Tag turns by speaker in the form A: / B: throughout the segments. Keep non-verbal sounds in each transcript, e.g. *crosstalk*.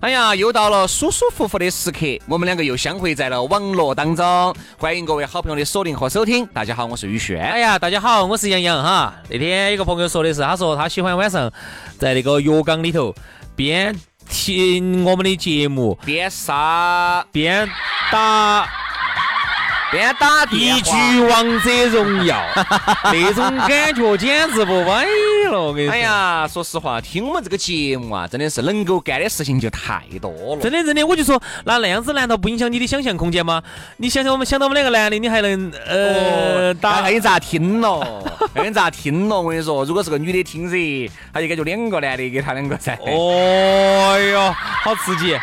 A: 哎呀，又到了舒舒服服的时刻，我们两个又相会在了网络当中。欢迎各位好朋友的锁定和收听。大家好，我是宇轩。
B: 哎呀，大家好，我是杨洋哈。那天有个朋友说的是，他说他喜欢晚上在那个浴缸里头边听我们的节目
A: 边杀
B: 边打
A: 边打
B: 一
A: 电
B: 局
A: 话。
B: 王者
C: *laughs*
B: 荣耀，那种感觉简直不歪了。我跟你说，
A: 哎呀，说实话，听我们这个节目啊，真的是能够干的事情就太多了。
B: 真的真的，我就说那那样子难道不影响你的想象空间吗？你想想我们想到我们两个男的，你还能呃
A: 哦，那
B: 打
A: 看你咋听咯？ *laughs* 看你咋听咯？我跟你说，如果是个女的听噻，她就感觉两个男的给她两个在。
B: 哦哟，好刺
A: *laughs*
B: 激！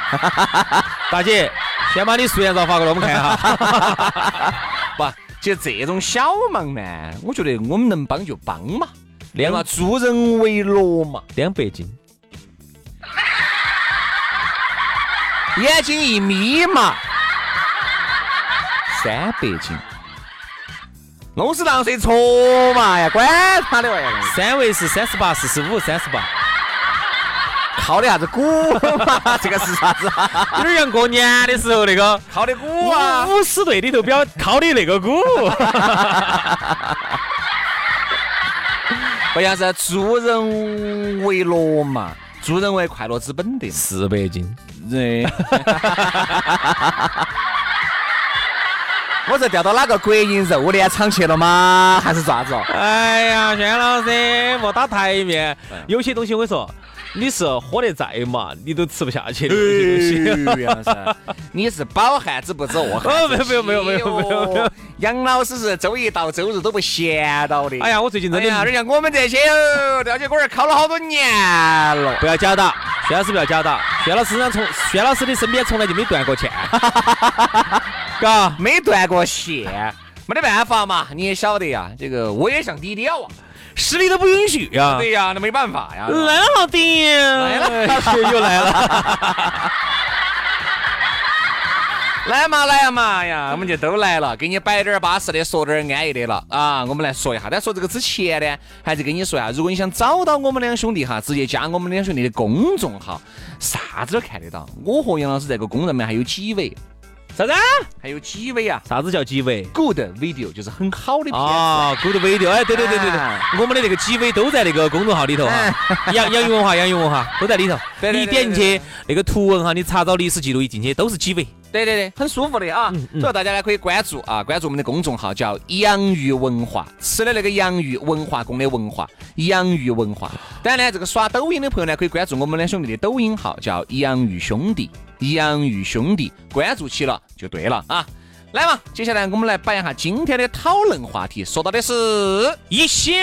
B: 大姐，先把你素颜照发过来，我们看一
A: *laughs*
B: 下。
A: 不，其实这种小忙呢，我觉得我们能帮就帮嘛，对
B: 两
A: 吧？ *laughs* 助人为乐嘛，
B: 两百斤，
A: 眼睛一眯嘛，三百斤，弄死浪谁戳嘛呀？管他的玩意哦儿，
B: 三围是三十八、四十五、三十八，
A: 靠的啥子鼓嘛？ *laughs* 这个是啥子？
B: 有点像过年的时候那
A: *laughs*
B: 个
A: 靠的鼓啊！
B: 舞舞狮队里头表敲的那个鼓。
A: 不要是助人为乐嘛，助人为快乐之本的嘛。
B: 四百斤，
A: 人。我是调到哪个国营肉联厂去了吗？还是咋子哦？
B: 哎呀，轩老
A: *laughs*
B: 师莫打台面，
A: 嗯
B: 有些东西我跟你说，你是喝得再嘛，你都吃不下 *laughs*
A: 哎
B: 去的哦有些东西。
A: 杨老师，你是饱汉子不知饿汉子饥
B: 哦没有没有没有没有没有
A: 哟杨老师是周一到周日都不闲到的。
B: 哎呀，我最近真
A: 哎呀，有
B: 的
A: 点像我们这些哦，吊起锅儿烤了好多年了。
B: 不要假打，轩老师不要假打，轩老师身上从轩老师的身边从来就没断过线， *laughs* 嘎。
A: 没断过线，没得办法嘛，你也晓得呀，这个我也想低调啊。
B: 实力都不允许呀、
A: 对呀，那没办法呀。
B: 来了，老弟，来
A: 了，
B: *laughs* 又来了。
A: 来嘛来嘛呀，我们就都来了，给你摆点儿巴适的，说点儿安逸的了啊。我们来说一下，但说这个之前呢，还是跟你说一下，如果你想找到我们两兄弟哈，直接加我们两兄弟的公众号，啥子都看得到。我和杨老师在个公众上面还有几位，
B: 啥子？
A: 还有几位啊
B: 啥子叫几维？
A: ，good video 就是很好的片子。
B: 啊，Good Video，哎，对对对对对
A: 哎，
B: 我们的那个几维都在那个公众号里头
A: 哎
B: 哈， *laughs* 洋洋芋文化、洋芋文化都在里头。
A: 对对对
B: 你点进去那个图文哈，你查找历史记录一进去都是几维。
A: 对对对，很舒服的啊。所以大家呢可以关注啊，关注我们的公众号叫“洋芋文化”，吃的那个洋芋，文化宫的文化，洋芋文化。当然呢，这个刷抖音的朋友呢，可以关注我们两兄弟的抖音号，叫“洋芋兄弟”，洋芋兄弟，关注起了就对了啊。来嘛，接下来我们来摆一下今天的讨论话题，说到的是，
B: 一厢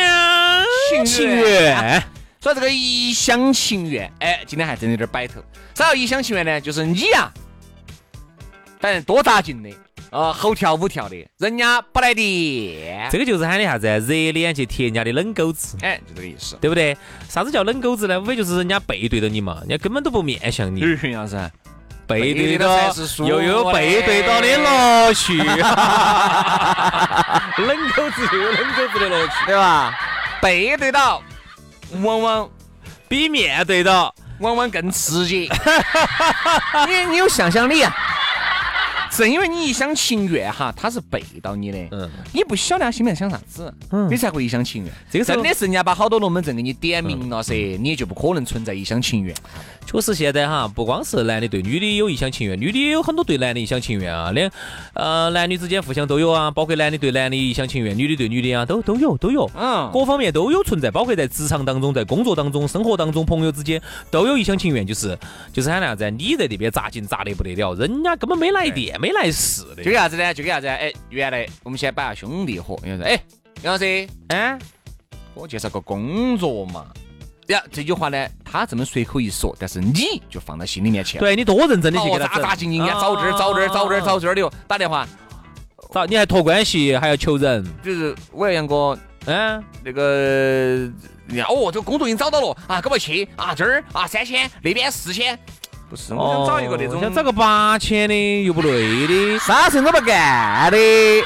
A: 情
B: 情
A: 愿
B: 愿，
A: 说这个一厢情愿，哎，今天还真有点摆头。啥叫一厢情愿呢？就是你呀、反正多大劲的，啊，吼跳舞跳的，人家不来电，
B: 这个就是喊的啥子？热脸去贴人家的冷狗子。
A: 哎，就这个意思。
B: 对不对？啥子叫冷狗子呢？无非就是人家背对着你嘛，人家根本都不面向你，
A: 徐老师，
B: 背
A: 嗯背对
B: 对
A: 着才是
B: 着
A: 舒
B: 又有
A: 服
B: 背对着的
A: 嘞
B: 乐趣，
A: 哎
B: *laughs* 冷狗子又有冷狗子的乐趣。
A: *laughs* 对吧？背对到，往往
B: 比面对到
A: 往往更刺激。你你有想象力啊！正因为你一厢情愿哈，他是背到你的，
B: 嗯
A: 嗯，你不晓得他心里在想啥子，你才会一厢情愿。
B: 这个时候嗯
A: 真的是人家把好多龙门阵给你点明了噻，你也就不可能存在一厢情愿。
B: 确实，现在哈，不光是男的对女的有一厢情愿，女的也有很多对男的一厢情愿啊。两呃，男女之间互相都有啊，包括男的对男的一厢情愿，女的对女的啊，都都有都有，
A: 嗯
B: 各方面都有存在，包括在职场当中、在工作当中、生活当中、朋友之间都有一厢情愿，就是就是喊啥子啊，你在那边砸劲砸得不得了，人家根本没来电、没来事的
A: 就。个啥子呢？就个啥子呢？哎，原来我们先摆下兄弟伙，有人说，哎，杨老师，
B: 啊，
A: 给我介绍个工作嘛。呀，这句话呢，他这么随口一说，但是你就放到心里面去了。
B: 对你多认真的去
A: 哦，
B: 给他
A: 扎
B: 整啊
A: 扎静静呀，找这儿找这儿找这儿找这儿的哟。打电话，
B: 找你还托关系，还要求人，
A: 就是我要杨哥
B: 嗯、
A: 那个，你看哦，这个工作已经找到了啊，赶快去啊，这儿啊三千，那边四哦千，不是，我想找一个那种
B: 想哦找个八千的又不累的，
A: 啥事都不干的，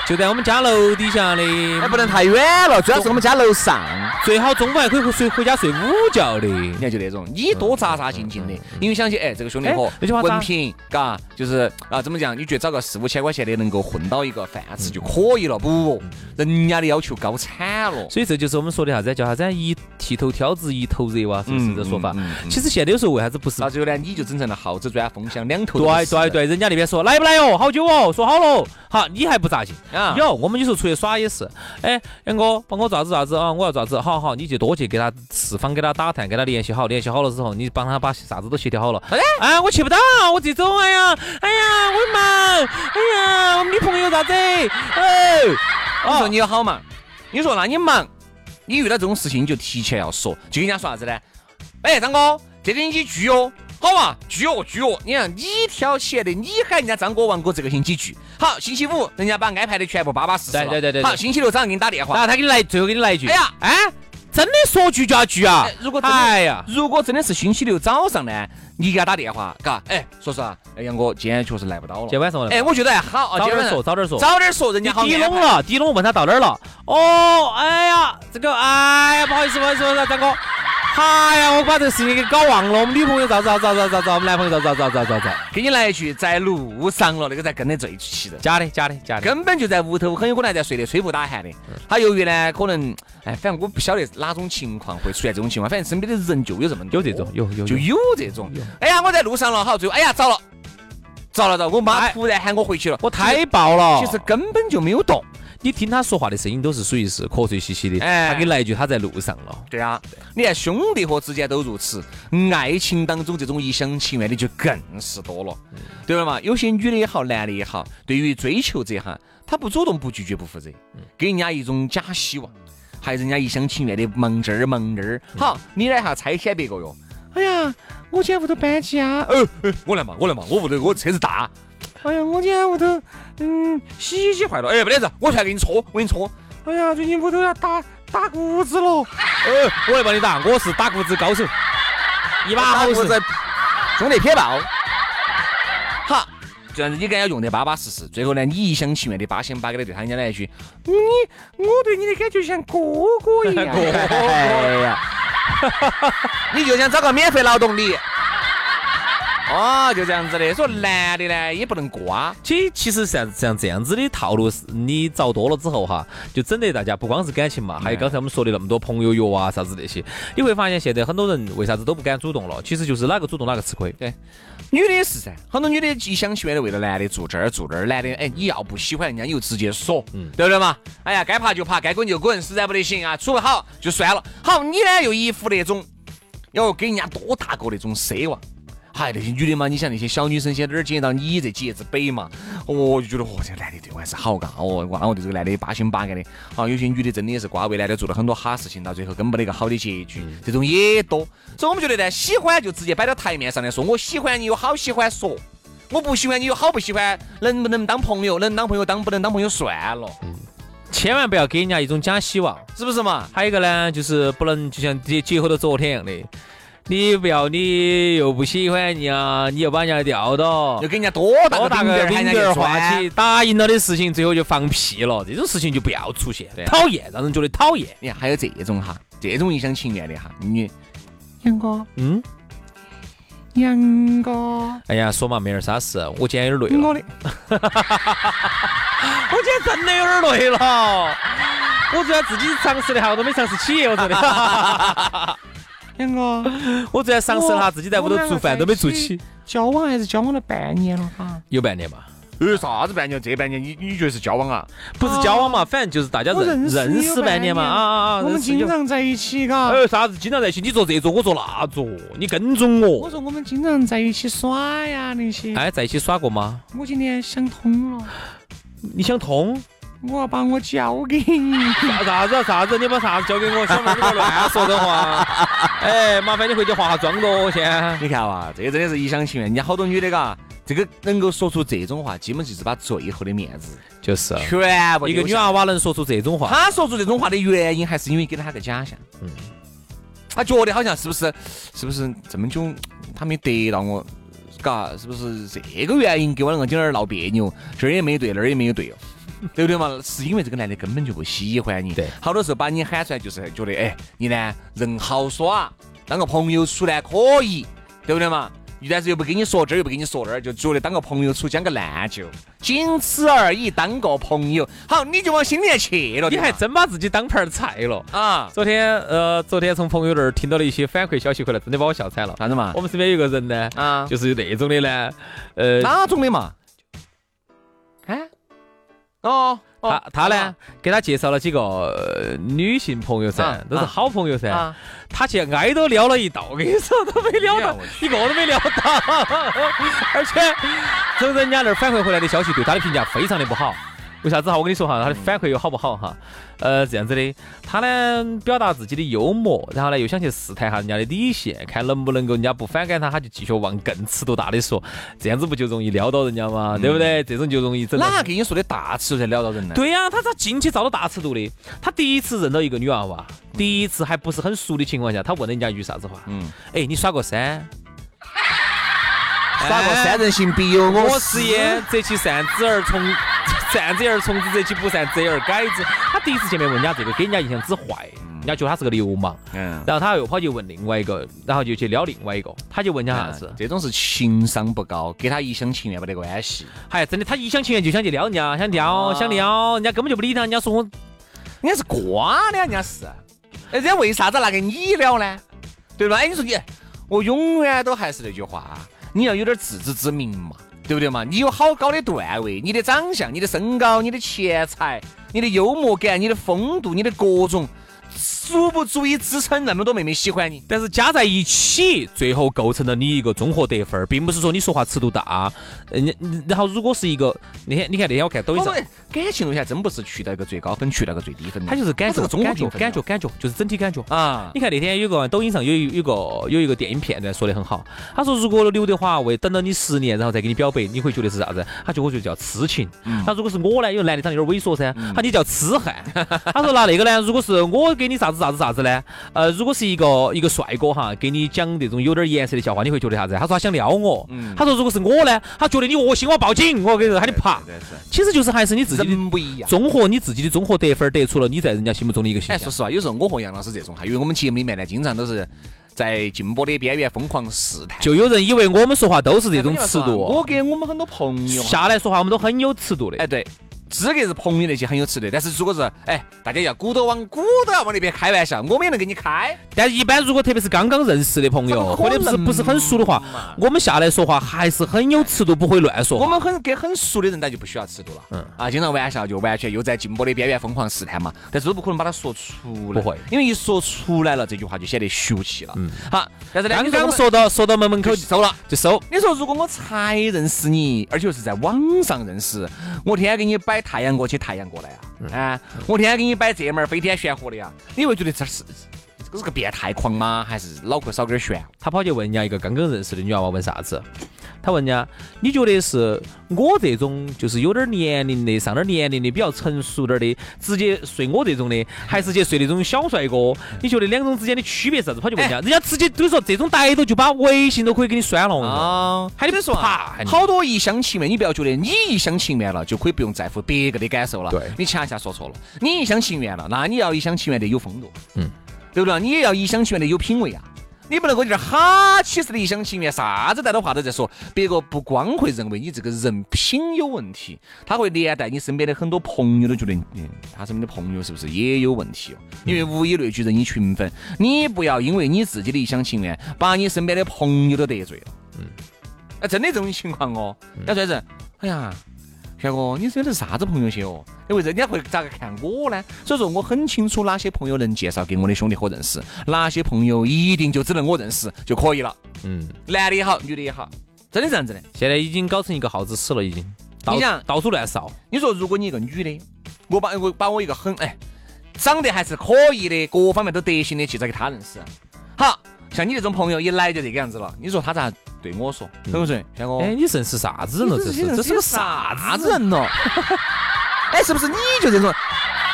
B: 就在我们家楼底下的，
A: 也不能太远了，主要是我们家楼上。
B: 最好中午还可以睡回家睡午觉的。
A: 你看就那种，你多扎扎静静的，因为想起哎，这个兄弟伙
B: 哎那句话咋
A: 文凭，嘎，就是啊，怎么讲？你觉得找个四五千块钱的能够混到一个饭吃就可以了？不，人家的要求高惨了。
B: 所以这就是我们说的啥子叫啥子啊一剃头挑子一头热哇，是不是这说法？
A: 嗯嗯嗯
B: 其实现在有时候为啥子不是
A: 到？最后呢，你就整成了耗子砖风箱两头都
B: 对
A: 是
B: 对对，人家那边说来不来哦，好久哦，说好了，好，你还不咋劲 *laughs*
A: 啊
B: 有，我们有时候出去耍也是，哎，杨哥帮我咋子咋子啊，我要咋子，好好，你就多去给他四方给他打探，给他联系好，联系好了之后，你帮他把啥子都协调好了。哎，啊，我去不到，我自己走，哎呀，哎呀，我忙，哎呀，我女朋友咋子？哎，
A: 你说你有好忙，你说那你忙，你遇到这种事情你就提前要说，就跟人家说啥子呢？哎，张哥，这个星期聚哦，好嘛，聚哦聚哦。你看你挑起来的，你喊人家张哥、王哥这个星期聚。好，星期五人家把安排的全部巴巴适适了
B: 对对对对对
A: 好，星期六早上给你打电
B: 然
A: 话。
B: 后他给你来，最后给你来一句，
A: 哎呀，
B: 哎，真的说句就要句啊
A: 哎，如果真的
B: 哎呀，
A: 如果真的是星期六早上呢，你给他打电话，嘎，哎，说实话，哎，杨哥今天确实来不到了。
B: 今晚上我来
A: 哎，我觉得还好，啊
B: 早
A: 今
B: 点
A: 晚上
B: 说，早点说。
A: 早点说，人
B: 你
A: 家好
B: 低
A: 安
B: 拢
A: 排
B: 了，低拢我问他到哪儿了？哦，哎呀，这个，哎呀，不好意思，不好意思，张哥，哎呀，我把这个事情给搞忘了。我们女朋友咋子咋子咋子咋子，我们男朋友咋子咋子咋子咋子，
A: 给你来一句，在路上了，那个才跟得最齐的。
B: 假的假的假的。
A: 根本就在屋头，很有可能还在睡得吹不打鼾的。
B: 嗯
A: 他由于呢，可能哎，反正我不晓得哪种情况会出现这种情况，反正身边的人就有这么多
B: 有这种有有有
A: 就有这种。哎呀，我在路上了，好，最后哎呀，糟了，糟了糟了，我妈
B: 哎
A: 突然喊我回去了，哎
B: 我太哦爆了！
A: 其实根本就没有动。
B: 你听他说话的声音都是属于是瞌睡兮兮的，
A: 哎
B: 他给你来一句他在路上了。
A: 对啊，你看兄弟伙之间都如此，爱情当中这种一厢情愿的就更是多了，对了嘛？有些女的也好，男的也好，对于追求者哈，他不主动、不拒绝、不负责，给人家一种假希望，还人家一厢情愿的忙这儿忙那儿。好，你来哈拆迁别个哟。哎呀，我今天屋头搬家，呃，呃我来嘛，我来嘛，我屋头我车子大。哎呀，我今天屋头，嗯，洗衣机坏了，哎，没得事，我出来给你搓，我给你搓。哎呀，最近屋头要打打谷子了。
B: 呃，我来帮你打，我是打谷子高手，一把
A: *laughs*
B: 好手。
A: 在兄弟撇爆。好，这样子你给人家用得巴巴适适，最后呢，你一厢情愿的八仙八给的对他人家来一句，你我对你的感觉像哥 *laughs* 哥一样，
B: 哎呀，
A: *laughs* 你就想找个免费劳动力。 *laughs* 哦，就这样子的。说男的呢也不能瓜，
B: 其其实像像这样子的套路，是你遭多了之后哈，就整得大家不光是感情嘛，
A: 嗯
B: 还有刚才我们说的那么多朋友约啊啥子那些，你会发现现在很多人为啥子都不敢主动了，其实就是哪个主动哪个吃亏。
A: 女的也是噻，很多女的一厢情愿的为了男的做这儿做那儿，男的哎你要不喜欢人家你就直接说，对不对嘛？哎呀，该爬就爬，该滚就滚，实在不得行啊，处不好就算了。好，你呢又一副那种要给人家多大个那种奢望。嗨，那些女的嘛，你想那些小女生些哪儿接到你这几叶子北嘛？哦，我就觉得哦，这个男的对我还是好嘎，哦，哇，我对这个男的八心八肝的。好，有些女的真的也是瓜为男的做了很多哈事情，到最后根本没得一个好的结局，
B: 嗯
A: 这种也多。所以我们觉得呢，哎喜欢就直接摆到台面上来说，我喜欢你有好喜欢说，我不喜欢你有好不喜欢，能不能当朋友，能当朋友当不能当朋友算了，
B: 千万不要给人家一种假希望。
A: 是不是嘛？
B: 还有一个呢，就是不能就像结结合到昨天一样的，你不要你又不喜欢人家，你又把人家吊到
A: 要。给人家多打
B: 哦多
A: 个
B: 大
A: 饼
B: 个
A: 点儿，喊
B: 饼
A: 人
B: 点
A: 家
B: 儿
A: 去
B: 话
A: 穿
B: 起，答应了的事情，最后就放屁了，这种事情就不要出现，讨厌，让人觉得讨厌。
A: 你看哎还有
B: 啊
A: 这种哈，这种一厢情愿的哈，你杨哥，
B: 嗯，
A: 杨哥，
B: 哎呀，说嘛没点啥事，我今天有点累了，
A: 我的，
B: 嗯我今天真的有点累了。 *laughs* 我昨天自己尝试了一下，我都没尝试起，我真的。 *laughs*
A: 杨哥，
B: 我昨天尝试了一下，自己在屋头做饭都没做起，，啊
A: 交往还是交往了半年了哈。
B: 有半年吧。
A: 呃，啥子半年？这半年你你觉得是交往啊？
B: 不是交往嘛，反正就是大家
A: 我
B: 认
A: 认识你有
B: 识半年嘛，
A: 半
B: 啊
A: 年
B: 啊啊！
A: 我们
B: 认识有
A: 经常在一起，嘎
B: 哎。呦，啥子经常在一起？你做这桌，我做那桌，你跟踪
A: 我
B: 我。
A: 说我们经常在一起耍呀那些。
B: 哎，在一起耍过吗？
A: 我今天想通了，
B: 你想通？
A: 我要把我交给你。
B: 啥啥子啥子？你把啥子交给我？小妹儿，你不要乱说这 *laughs* 话。哎，麻烦你回去化下妆咯，先。
A: 你看哇，这个真的是一厢情愿。人家好多女的嘎，这个能够说出这种话，基本就是把最后的面子
B: 就是
A: 全部
B: 嗯一个女
A: 娃，
B: 娃娃能说出这种话，
A: 她说出这种话的原因，还是因为给她个假象。嗯，她觉得好像是不是，是不是这么久她没得到我，嘎，是不是这个原因给我两个今儿闹别扭，这儿也没对，那儿也没有
B: *laughs*
A: 对哦。对不对嘛？是因为这个男的根本就不喜欢你，
B: 对
A: 好多时候把你喊出来就是觉得，哎，你呢人好耍，当个朋友处呢可以，对不对嘛？但是又不跟你说这儿，又不跟你说那儿，就觉得当个朋友处将个烂就，仅此而已，当个朋友，好，你就往心里面去了，
B: 你还
A: 对
B: 真把自己当盘儿菜了。
A: 吧啊？
B: 昨天呃，昨天从朋友那儿听到了一些反馈消息回来，真的把我笑惨了。
A: 啥子嘛
B: 我？们身边有个人呢，
A: 啊，
B: 就是那种的呢，呃，
A: 哪种的嘛？哎，哦，哦
B: 他他呢
A: 啊，
B: 给他介绍了几个呃女性朋友噻
A: 啊，
B: 都是
A: 啊
B: 好朋友噻。
A: 啊，
B: 他去挨都撩了一道，我跟你说都没撩
A: 哎呀
B: 到
A: 我，
B: 一个都没撩 *laughs* 到。而且从人家那儿反馈回来的消息，对他的评价非常的不好。为啥子哈？我跟你说哈，他的反馈又好不好哈？呃，这样子的，他呢表达自己的幽默，然后呢又想去试探下人家的底线，看能不能够人家不反感他，他就继续往更尺度大的说，这样子不就容易撩到人家吗？对不对？这种就容易整到
A: 哪跟你说的大尺度才撩到人呢？
B: 对呀、他咋进去遭到大尺度的？他第一次认到一个女娃娃，第一次还不是很熟的情况下，他问人家一句啥子话？
A: 嗯，
B: 哎，你耍过山？
A: 耍过三人行必有
B: 我
A: 我
B: 师
A: 师
B: 焉
A: 焉。，
B: 择其善之而 *laughs* 从善之而从之，择其不善之而改之。他第一次见面问人家这个，给人家印象之坏，人家觉得他是个流氓。
A: 嗯，
B: 然后他又跑去问另外一个，然后就去撩另外一个，他就问人家啥子？
A: 这哎种是情商不高，跟他一厢情愿没得关系。
B: 哎，真的，他一厢情愿就想去撩人家，想
A: 哦
B: 撩，想撩，人家根本就不理他，人家说我
A: 人家是瓜的，人家是，哎人家为啥子拿给你了呢？对吧？哎，你说你，我永远都还是那句话，啊你要有点自知之明嘛，对不对嘛？你有好高的段位，你的长相、你的身高、你的钱财、你的幽默感、你的风度、你的各种，足不足以支撑那么多妹妹喜欢你？
B: 但是加在一起，最后构成了你一个综合得分儿，并不是说你说话尺度大。嗯，然后如果是一个那天，你看那天我看抖音
A: 我
B: 上
A: 说，哎感情路线真不是去到一个最高分，去到一个最低分的，
B: 他就是感
A: 它是
B: 觉，
A: 个综合
B: 感觉，
A: 评分的
B: 感觉，感觉，就是整体感觉。
A: 啊。
B: 你看那天有个抖音上有一有一个有一个电影片段说的很好，他说如果刘德华为等了你十年，然后再给你表白，你会觉得是啥子？他觉得我觉得叫痴情。那如果是我呢，有男的长得有点猥琐噻，他你叫痴汉。他说那那个呢，如果是我给你啥子啥子啥子呢？呃，如果是一个一个帅哥哈，给你讲那种有点颜色的笑话，你会觉得啥子？他说他想撩我。他说如果是我呢，他觉得你恶心，我要报警，我跟你说，他就爬。
A: 对是
B: 其实就是还是你自己的
A: 啊人不一样。
B: 综合你自己的综合得分儿得出了你在人家心目中的一个形
A: 哎，说
B: 象。
A: 实话，有时候我和杨老师这种哈，因为我们节目里面呢，经常都是在禁播的边缘疯狂试探。
B: 就有人以为我们说话都是这
A: 哎
B: 种尺度，哦
A: 我给我们很多朋友哈，啊
B: 下来说话我们都很有尺度的
A: 哎。对，资格是朋友那些很有尺度，但是如果是哎，大家要鼓都往鼓都要往那边开玩笑，我们也能跟你开。
B: 但是一般如果特别是刚刚认识的朋友，
A: 怎么
B: 或
A: 可
B: 者
A: 能
B: 不是不是很熟的话，我们下来说话还是很有尺度，不会乱
A: 我
B: 说。
A: 们很跟很熟的人，大家就不需要尺度了。嗯啊，经常玩笑就完全又在禁播的边缘疯狂试探嘛，但是都不可能把它说出
B: 不
A: 来，
B: 会
A: 因为一说出来了，这句话就显得俗气了。嗯，好，但是呢，
B: 刚
A: 你说我
B: 刚
A: 们
B: 说到说到门门口
A: 就收了。
B: 就收，
A: 你说如果我才认识你，而且又是在网上认识，我天天给你摆太阳过去太阳过来啊，
B: 嗯
A: 啊，我天天给你摆这门儿飞天悬火的呀，你会觉得这是这个是个变态狂吗？还是脑壳少根弦？
B: 他跑去问人家一个刚刚认识的女娃娃问啥子，他问人家你觉得是我这种就是有点年龄的上点年龄的比较成熟点儿的，直接睡我这种的，还是去睡那种小帅哥？你觉得两种之间的区别是啥子？跑去问人
A: 啊
B: 家，人家直接都说这种逮到就把微信都可以给你删了。我跟你说
A: 啊，
B: 还得说啊还得
A: 好多一厢情愿，你不要觉得你一厢情愿了就可以不用在乎别个的感受了。
B: 对
A: 你恰恰说错了，你一厢情愿了，那你要一厢情愿的有风度，嗯，对不对？你也要一厢情愿的有品味啊。你不能够有点哈起似的一厢情愿，啥子带的话都在说。别个不光会认为你这个人品有问题，他会连带你身边的很多朋友都觉得，嗯，他身边的朋友是不是也有问题哦？
B: 嗯
A: 因为物以类聚，人以群分。你不要因为你自己的一厢情愿，把你身边的朋友都得罪了。嗯，哎，真的这种情况哦，要说人，哎呀。轩哥，你这的是啥子朋友些哦？因为人家会咋个看我呢？所以说我很清楚哪些朋友能介绍给我的兄弟伙认识，哪些朋友一定就只能我认识就可以了。
B: 嗯，
A: 男的也好，女的也好，真的这样子的。
B: 现在已经搞成一个耗子屎了，已经。到
A: 你想
B: 到处乱烧，
A: 你说如果你一个女的，我把我把我一个很哎长得还是可以的，各方面都得行的介绍给他认识，好像你这种朋友一来就这个样子了，你说他咋对我说？对不对，轩哥？
B: 哎，你认识啥子人了？
A: 哦你
B: 这是
A: 这些
B: 这是个
A: 人
B: 啥
A: 啥
B: 子人咯？
A: *laughs* 哎，是不是你就这种？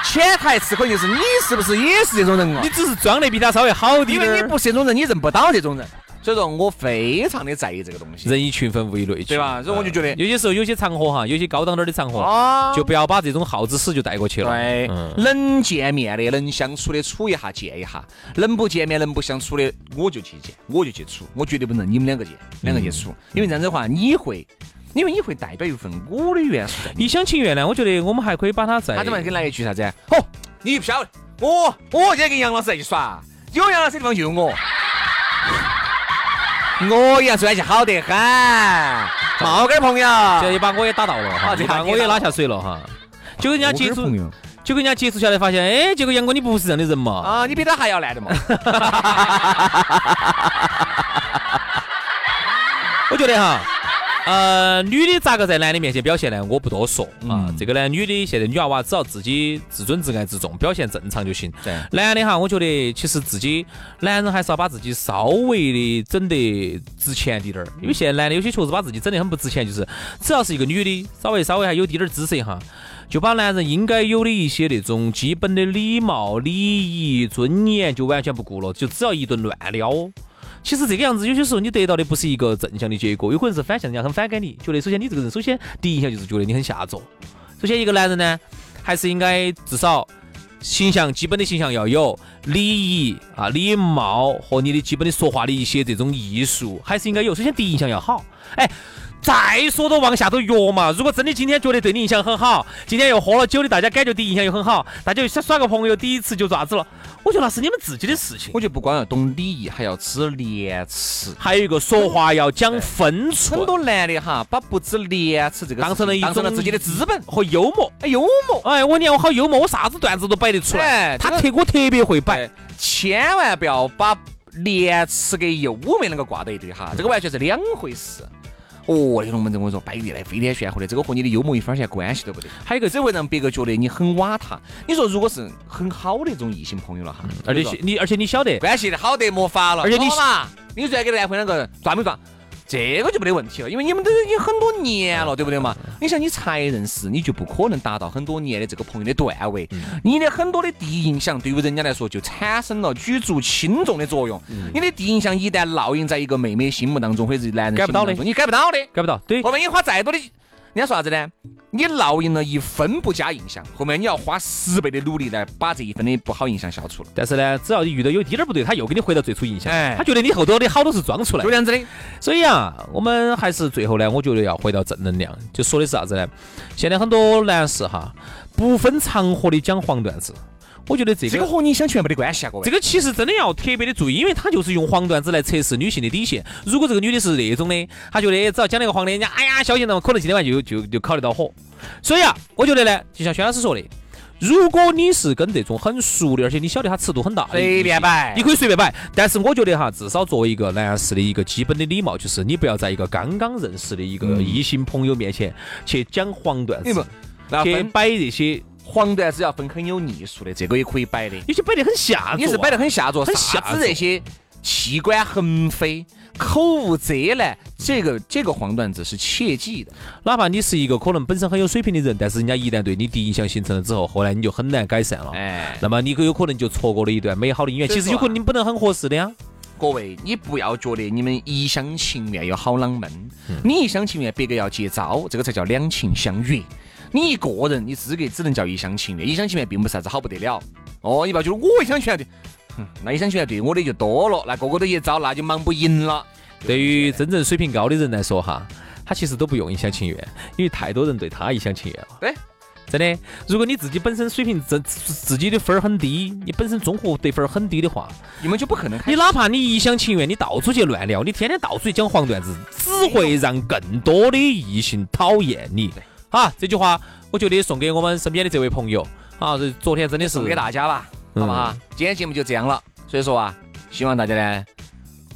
A: 潜台词可能就是你是不是也是这种人啊？
B: 你只是装的比他稍微好一
A: 因
B: 点
A: 为
B: 儿。
A: 你不是这种人，你认不到这种人。所以说我非常的在意这个东西，
B: 人以群分，物以类聚，
A: 对吧？所以我就觉得
B: 啊有些时候有些场合哈，有些高档点儿的场合，
A: 啊，
B: 就不要把这种耗子屎就带过去了。
A: 对
B: 嗯，
A: 能见面的，能相处的处一下见一下，能不见面能不相处的，我就去见，我就去处，我绝对不能你们两个见，两个去
B: 嗯
A: 处，因为这样子的话你会，因为你会代表一份我的元素在里面。
B: 一厢情愿呢，我觉得我们还可以把它再
A: 他怎么给你来一句啥子？哦，你不晓得，我我今天跟杨老师在一起耍，有杨老师的地方就有我，我杨专辑好得很，毛根儿朋友。
B: 现在也把我也打到了哈，
A: 啊对
B: 也把我也拉下水了哈。就跟人家接触，
A: 友
B: 就跟人家接触下来，发现，哎，结果杨哥你不是这样的人嘛。
A: 啊，你比他还要烂的嘛？
B: *laughs* 我觉得哈，呃，女的咋个在男的面前表现呢？我不多说啊
A: 嗯。
B: 这个呢，女的现在女娃娃只要自己自尊、自爱、自重，表现正常就行。
A: 对
B: 男的哈，我觉得其实自己男人还是要把自己稍微的整得值钱滴点儿，因为现在男的有些确实把自己整得很不值钱，就是只要是一个女的，稍微稍微还有滴点儿姿色哈，就把男人应该有的一些那种基本的礼貌、礼仪、尊严就完全不顾了，就只要一顿乱哦撩。其实这个样子，有些时候你得到的不是一个正向的结果，有可能是反向，人家很反感你，觉得首先你这个人，首先第一印象就是觉得你很下作。首先，一个男人呢，还是应该至少形象基本的形象要有礼仪啊、礼貌和你的基本的说话的一些这种艺术，还是应该有。首先第一印象要好，哎。再说都往下头约嘛。如果真的今天觉得对你印象很好，今天又喝了酒的，大家感觉第一印象又很好，大家又想耍个朋友，第一次就咋子了？我觉得那是你们自己的事情。
A: *laughs* 我觉得不光要懂礼仪，还要知廉耻。
B: 还有一个说话要讲分寸
A: 很多男的哈，把不知廉耻这个
B: 当成了一
A: 当成了
B: 种
A: 自己的资本，
B: 和幽默。
A: 哎，幽默。
B: 哎，我念我好幽默，我啥子段子都摆得出来。
A: 哎
B: 他
A: 这
B: 特我特别会摆
A: 哎，，千万不要把廉耻跟幽默那个挂到一堆
B: 嗯
A: 哈，这个完全是两回事。哦，那龙门阵我跟你说，摆的来飞天玄火的，这个和你的幽默一分钱关系都
B: 嗯
A: 不得。还有一个，只会让别个觉得你很瓦塔。你说如果是很好的这种异性朋友了哈，
B: 嗯而
A: 比如说
B: 且你而且你晓得，
A: 关系好得没法了。
B: 而且你
A: 好嘛，你昨天跟男朋友两个人撞没撞？这个就没得问题了，因为你们都已经很多年
B: 嗯
A: 了，对不对嘛？你想，你才认识，你就不可能达到很多年的这个朋友的段位。
B: 嗯
A: 你的很多的第一印象，对于人家来说就产生了举足轻重的作用。
B: 嗯
A: 你的第一印象一旦烙印在一个妹妹心目当中，或者是男人
B: 改
A: 心
B: 不
A: 目
B: 到
A: 当
B: 的哎
A: 中，你改不到的。
B: 改不到。对
A: 后，面你花再多的，人家说啥子呢？你烙印了一分不加印象，后面你要花十倍的努力来把这一分的不好印象消除了。
B: 但是呢，只要你遇到有滴点儿不对，他又给你回到最初印象。
A: 哎
B: 他觉得你后头的好多是装出来
A: 就
B: 的。
A: 这样子的。
B: 所以啊，我们还是最后呢，我觉得要回到正能量，就说的是啥子呢？现在很多男士哈，不分场合的讲黄段子，我觉得这
A: 这
B: 个
A: 个和你想全没得关系啊，各位。
B: 这个其实真的要特别的注意，因为他就是用黄段子来测试女性的底线。如果这个女的是那种的，她觉得只要讲那个黄的，人家哎呀小心了，可能今天晚上就就就烤得到火。所以啊，我觉得呢，就像薛老师说的，如果你是跟这种很熟的，而且你晓得他尺度很大的，
A: 随便摆
B: 你可以随便摆。但是我觉得哈，至少作为一个男士的一个基本的礼貌，就是你不要在一个刚刚认识的一个异性朋友面前去讲黄段
A: 嗯你不
B: 子，，
A: 那
B: 去
A: 分
B: 摆这些，
A: 黄段子要分很有艺术的，这个也可以摆的。
B: 有些摆得很下作啊，
A: 你是摆得很下作，
B: 很
A: 啥
B: 下
A: 子
B: 作
A: 这些器官横飞、口无遮拦，这个这个黄段子是切记的。
B: 哪怕你是一个可能本身很有水平的人，但是人家一旦对你第一印象形成了之后，后来你就很难改善了。
A: 哎，
B: 那么你有可能就错过了一段美好的姻缘。
A: 所以
B: 其
A: 说啊
B: 实有可能你不能很合适的呀。
A: 各位，你不要觉得你们一厢情愿有好啷们，你一厢情愿别个要接招，这个才叫两情相悦。你一个人，你资格只能叫一厢情愿，一厢情愿并不是啥子好不得了。哦，你不要觉得我一厢情愿的，那你想学对我的就多了，那个个都一招，那就忙不赢了。
B: 对于真正水平高的人来说哈，他其实都不用一厢情愿，因为太多人对他一厢情愿了。
A: 对，
B: 真的，如果你自己本身水平自自己的分儿很低，你本身综合得分儿很低的话，
A: 你们就不可能开
B: 你
A: 始
B: 哪怕你一厢情愿，你到处去乱聊，你天天到处去讲黄段子，只会让更多的异性讨厌你。哈，这句话我觉得送给我们身边的这位朋友啊，这昨天真的是嗯
A: 送给大家吧，好不好？今天节目就这样了，所以说啊，希望大家呢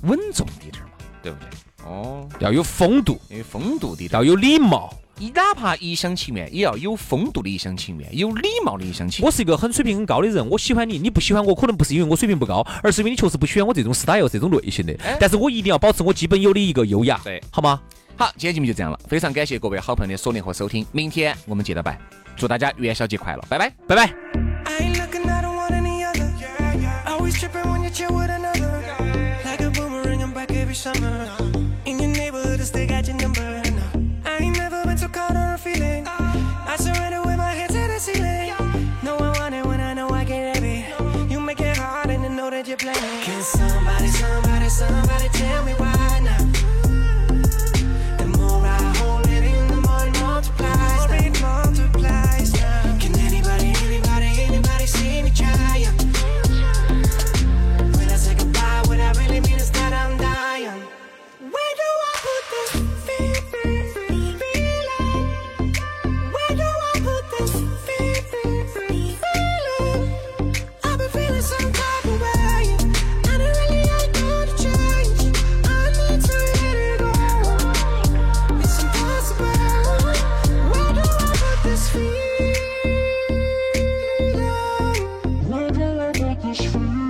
A: 稳重一点嘛，对不对？哦，
B: 要有风度，
A: 因为风度的，
B: 要有礼貌。
A: 你哪怕一厢情愿，也要有风度的一厢情愿，有礼貌的一厢情愿。
B: 我是一个很水平很高的人，我喜欢你，你不喜欢我，可能不是因为我水平不高，而是因为你确实不喜欢我这种 style 这种类型的
A: 哎。
B: 但是我一定要保持我基本有的一个优雅，
A: 对
B: 好吗？
A: 好，今天节目就这样了，非常感谢各位好朋友的锁定和收听，明天我们接着拜，祝大家元宵节快乐，拜拜。
B: 拜拜。
D: I ain't looking, I don't want any other. Always tripping when you chill with another. Like a boomerang, I'm back every summer. In your neighborhood, I still got your number. I ain't never been so caught on a feeling. I surrender with my head to the ceiling. No, I want it when I know I can have it. You make it hard and I know that you're playing. Can somebody, somebody, somebody tell me why now? The more I hold it in, the more it multiplies. Now. It multiplies now. Can anybody, anybody, anybody see me trying? When I say goodbye, what I really mean is that I'm dying. Where do I put this fe- fe- fe- feeling? Where do I put this fe- fe- fe- feeling? I've been feeling some type of way, and I really ain't gonna change. I need to let it go. It's impossible. Where do I put this feeling? Where do I put this feeling?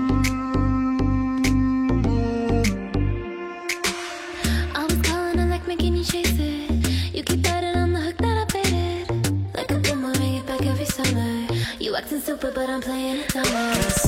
E: I was calling and like making you chase it. You keep betting on the hook that I baited. Like a boomerang, it back every summer. You acting super, but I'm playing it dumber.